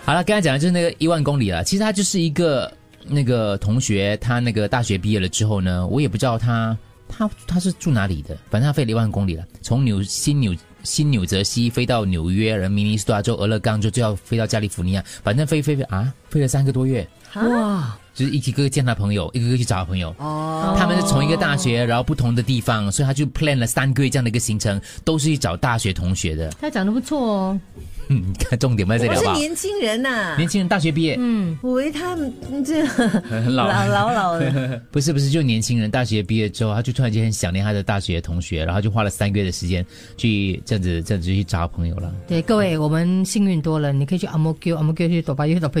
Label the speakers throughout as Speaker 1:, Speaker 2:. Speaker 1: 好了，刚才讲的就是那个一万公里啊了。其实他就是一个那个同学，他那个大学毕业了之后呢，我也不知道他他他是住哪里的，反正他飞了一万公里了，从纽新纽新纽泽西飞到纽约，然后明尼苏达州、俄勒冈州，最后飞到加利福尼亚，反正飞飞飞啊，飞了三个多月，
Speaker 2: 啊哇，
Speaker 1: 就是一个个见他朋友，一个个去找他朋友。
Speaker 2: 哦，
Speaker 1: 他们是从一个大学，然后不同的地方，所以他就 plan 了三个月这样的一个行程，都是去找大学同学的。
Speaker 3: 他长得不错哦，
Speaker 1: 嗯， 你看重点不在这
Speaker 2: 我
Speaker 1: 里好
Speaker 2: 是
Speaker 1: 不好？
Speaker 2: 年轻人呐、
Speaker 1: 年轻人大学毕业，
Speaker 3: 嗯，
Speaker 2: 我以为他们这
Speaker 1: 很老
Speaker 2: 老老 老的，
Speaker 1: 不是不是，就年轻人大学毕业之后，他就突然间很想念他的大学同学，然后就花了三个月的时间去这样子这样子去找朋友了。
Speaker 3: 对，各位我们幸运多了，你可以去阿莫 Q 阿莫 Q 去躲吧，又躲吧，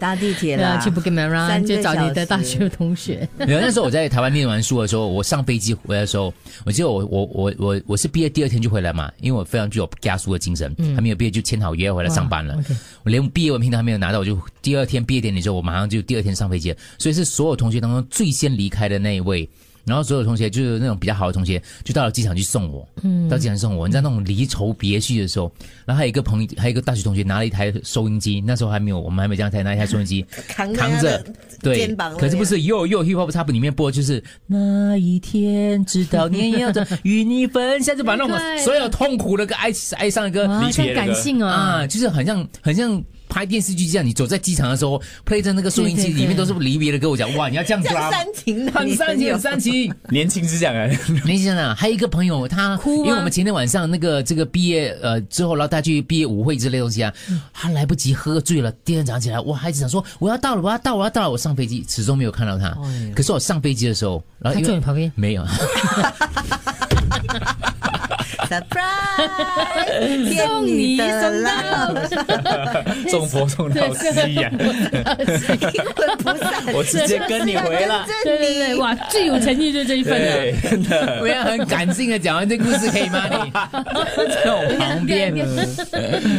Speaker 2: 搭地铁
Speaker 3: 对啊，
Speaker 2: 啦，
Speaker 3: 去 Bukimara
Speaker 2: 三个
Speaker 3: 就找你的
Speaker 2: 小
Speaker 3: 大
Speaker 2: 时
Speaker 3: 学同学，
Speaker 1: 没有，那时候我在台湾念完书的时候，我上飞机回来的时候，我记得我我我我我是毕业第二天就回来嘛，因为我非常具有加速的精神，还没有毕业就签好约回来上班了。
Speaker 3: 哇，OK
Speaker 1: 我连毕业文凭都还没有拿到，我就第二天毕业典礼之后，我马上就第二天上飞机了，所以是所有同学当中最先离开的那一位。然后所有同学就是那种比较好的同学，就到了机场去送我，嗯，到机场送我。你知道那种离愁别绪的时候，然后还有一个朋友，还有一个大学同学拿了一台收音机，那时候还没有，我们还没这样台，拿一台收音机，
Speaker 2: 扛着
Speaker 1: 扛
Speaker 2: 他
Speaker 1: 着
Speaker 2: 的，
Speaker 1: 对
Speaker 2: 肩膀，
Speaker 1: 可是不是又又 hip hop 它里面播的就是那一天，知道你也要 这与你分享，就把那种
Speaker 3: 对
Speaker 1: 所有痛苦的跟哀哀伤的歌
Speaker 3: 哇，
Speaker 4: 理解
Speaker 3: 像
Speaker 4: 了
Speaker 3: 感
Speaker 4: 的
Speaker 3: 性哦，
Speaker 1: 啊，就是很像很像拍电视剧这样，你走在机场的时候，play 着那个收音
Speaker 3: 对
Speaker 1: 机，
Speaker 3: 对对
Speaker 1: 里面都是离别的歌，我讲哇，你要这样子
Speaker 2: 这
Speaker 1: 啊
Speaker 2: 样，煽 情的，
Speaker 1: 很煽情，很煽情。
Speaker 4: 年轻是这样哎、
Speaker 1: 没想到啊还有一个朋友，他
Speaker 3: 哭吗
Speaker 1: 因为我们前天晚上那个这个毕业呃之后，然后他去毕业舞会之类的东西啊，
Speaker 3: 嗯
Speaker 1: 他来不及喝醉了，第二天早上起来，我还一直想说我要到了，我要到，我要到了，我上飞机始终没有看到他
Speaker 3: 哎呦。
Speaker 1: 可是我上飞机的时候，然后
Speaker 3: 他
Speaker 1: 因
Speaker 3: 坐你
Speaker 1: 为
Speaker 3: 旁边，
Speaker 1: 没有，
Speaker 2: surprise，骗
Speaker 3: 送你
Speaker 2: 你
Speaker 3: 一
Speaker 2: 的
Speaker 3: 生
Speaker 2: 啦，
Speaker 3: 到，
Speaker 4: 送佛送到西呀、
Speaker 2: 不是，
Speaker 4: 我直接跟你 回了。
Speaker 3: 对对对， 哇，最有诚意就这一份了。，
Speaker 4: 对， 真的
Speaker 1: 我要很感性的讲完这故事可以吗？你在我旁边。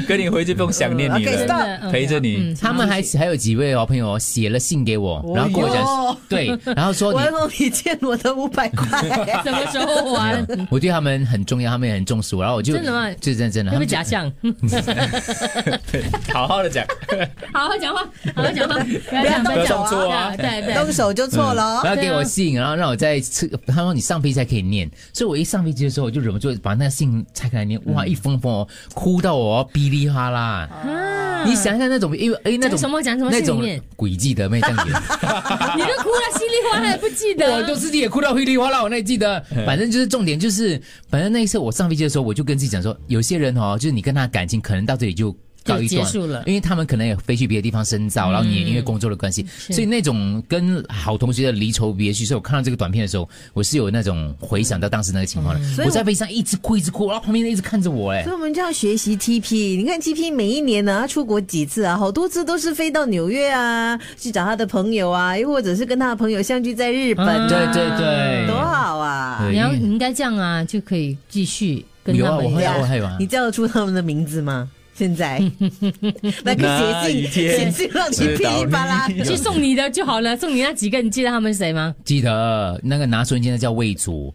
Speaker 4: 跟你回去不用想念你
Speaker 2: Okay,
Speaker 4: 了
Speaker 2: stop，
Speaker 4: 陪着你。
Speaker 1: 他们还还有几位哦朋友哦写了信给我，然后跟我
Speaker 2: 哟
Speaker 1: 讲，对，然后说你
Speaker 2: 我还没有你欠我的五百块
Speaker 3: 什么时候玩？
Speaker 1: 我对他们很重要，他们也很重视我，然后我就
Speaker 3: 真的吗
Speaker 1: 就真的真的，
Speaker 3: 会不
Speaker 1: 他
Speaker 3: 啊会
Speaker 1: 们
Speaker 3: 假象？
Speaker 4: 好好的讲，
Speaker 3: 好好讲话，好好讲话，不要
Speaker 2: 不
Speaker 3: 这
Speaker 2: 要
Speaker 3: 样，
Speaker 2: 动
Speaker 3: 不要这
Speaker 4: 手
Speaker 3: 样
Speaker 4: 啊动作啊
Speaker 3: 对对
Speaker 2: 动
Speaker 3: 对，
Speaker 2: 手就错了哦。
Speaker 1: 然后给
Speaker 3: 对啊
Speaker 1: 我信，然后让我在吃。他说你上飞机才可以念，所以我一上飞机的时候，我就忍不住把那个信拆开来念。哇，一封封哦，哭到我哔哩哈啦。
Speaker 3: 啊
Speaker 1: 你想一下那种，因为哎那种
Speaker 3: 讲什么讲什么
Speaker 1: 那
Speaker 3: 信里
Speaker 1: 种
Speaker 3: 面
Speaker 1: 诡计的妹这样子，
Speaker 3: 你都哭了，稀里哗啦也不记得。
Speaker 1: 我都自己也哭到稀里哗啦，我那记得。反正就是重点就是，反正那一次我上飞机的时候，我就跟自己讲说，有些人哦，就是你跟他的感情可能到这里就。告一段
Speaker 3: 就结束了嗯
Speaker 1: 因为他们可能也飞去别的地方深造，然后你也因为工作的关系，所以那种跟好同学的离愁别绪，所以我看到这个短片的时候，我是有那种回想到当时那个情
Speaker 3: 嗯
Speaker 1: 况的。
Speaker 2: 所以
Speaker 1: 我
Speaker 2: 我
Speaker 1: 在飞机上一直哭一直哭，然后旁边人一直看着我、哎
Speaker 2: 所以，我们就要学习 TP。你看 TP 每一年呢，他出国几次啊，好多次都是飞到纽约啊，去找他的朋友啊，又或者是跟他的朋友相聚在日本、啊
Speaker 1: 对对对，
Speaker 2: 多好啊！
Speaker 1: 对
Speaker 3: 你要你
Speaker 1: 因为
Speaker 3: 应该这样啊，就可以继续跟
Speaker 1: 有
Speaker 3: 他
Speaker 1: 啊，我
Speaker 3: 们
Speaker 1: 会
Speaker 3: 聊。
Speaker 1: 啊，我会啊。
Speaker 2: 你叫得出他们的名字吗？现在那
Speaker 4: 那
Speaker 2: 个
Speaker 4: 一
Speaker 2: 写信，写
Speaker 4: 天
Speaker 2: 信让你
Speaker 4: 知
Speaker 2: 噼
Speaker 4: 道
Speaker 2: 里啪啦。
Speaker 4: 你
Speaker 3: 去送你的就好了，送你那几个，你记得他们是谁吗？
Speaker 1: 记得那个拿收音机的叫魏祖，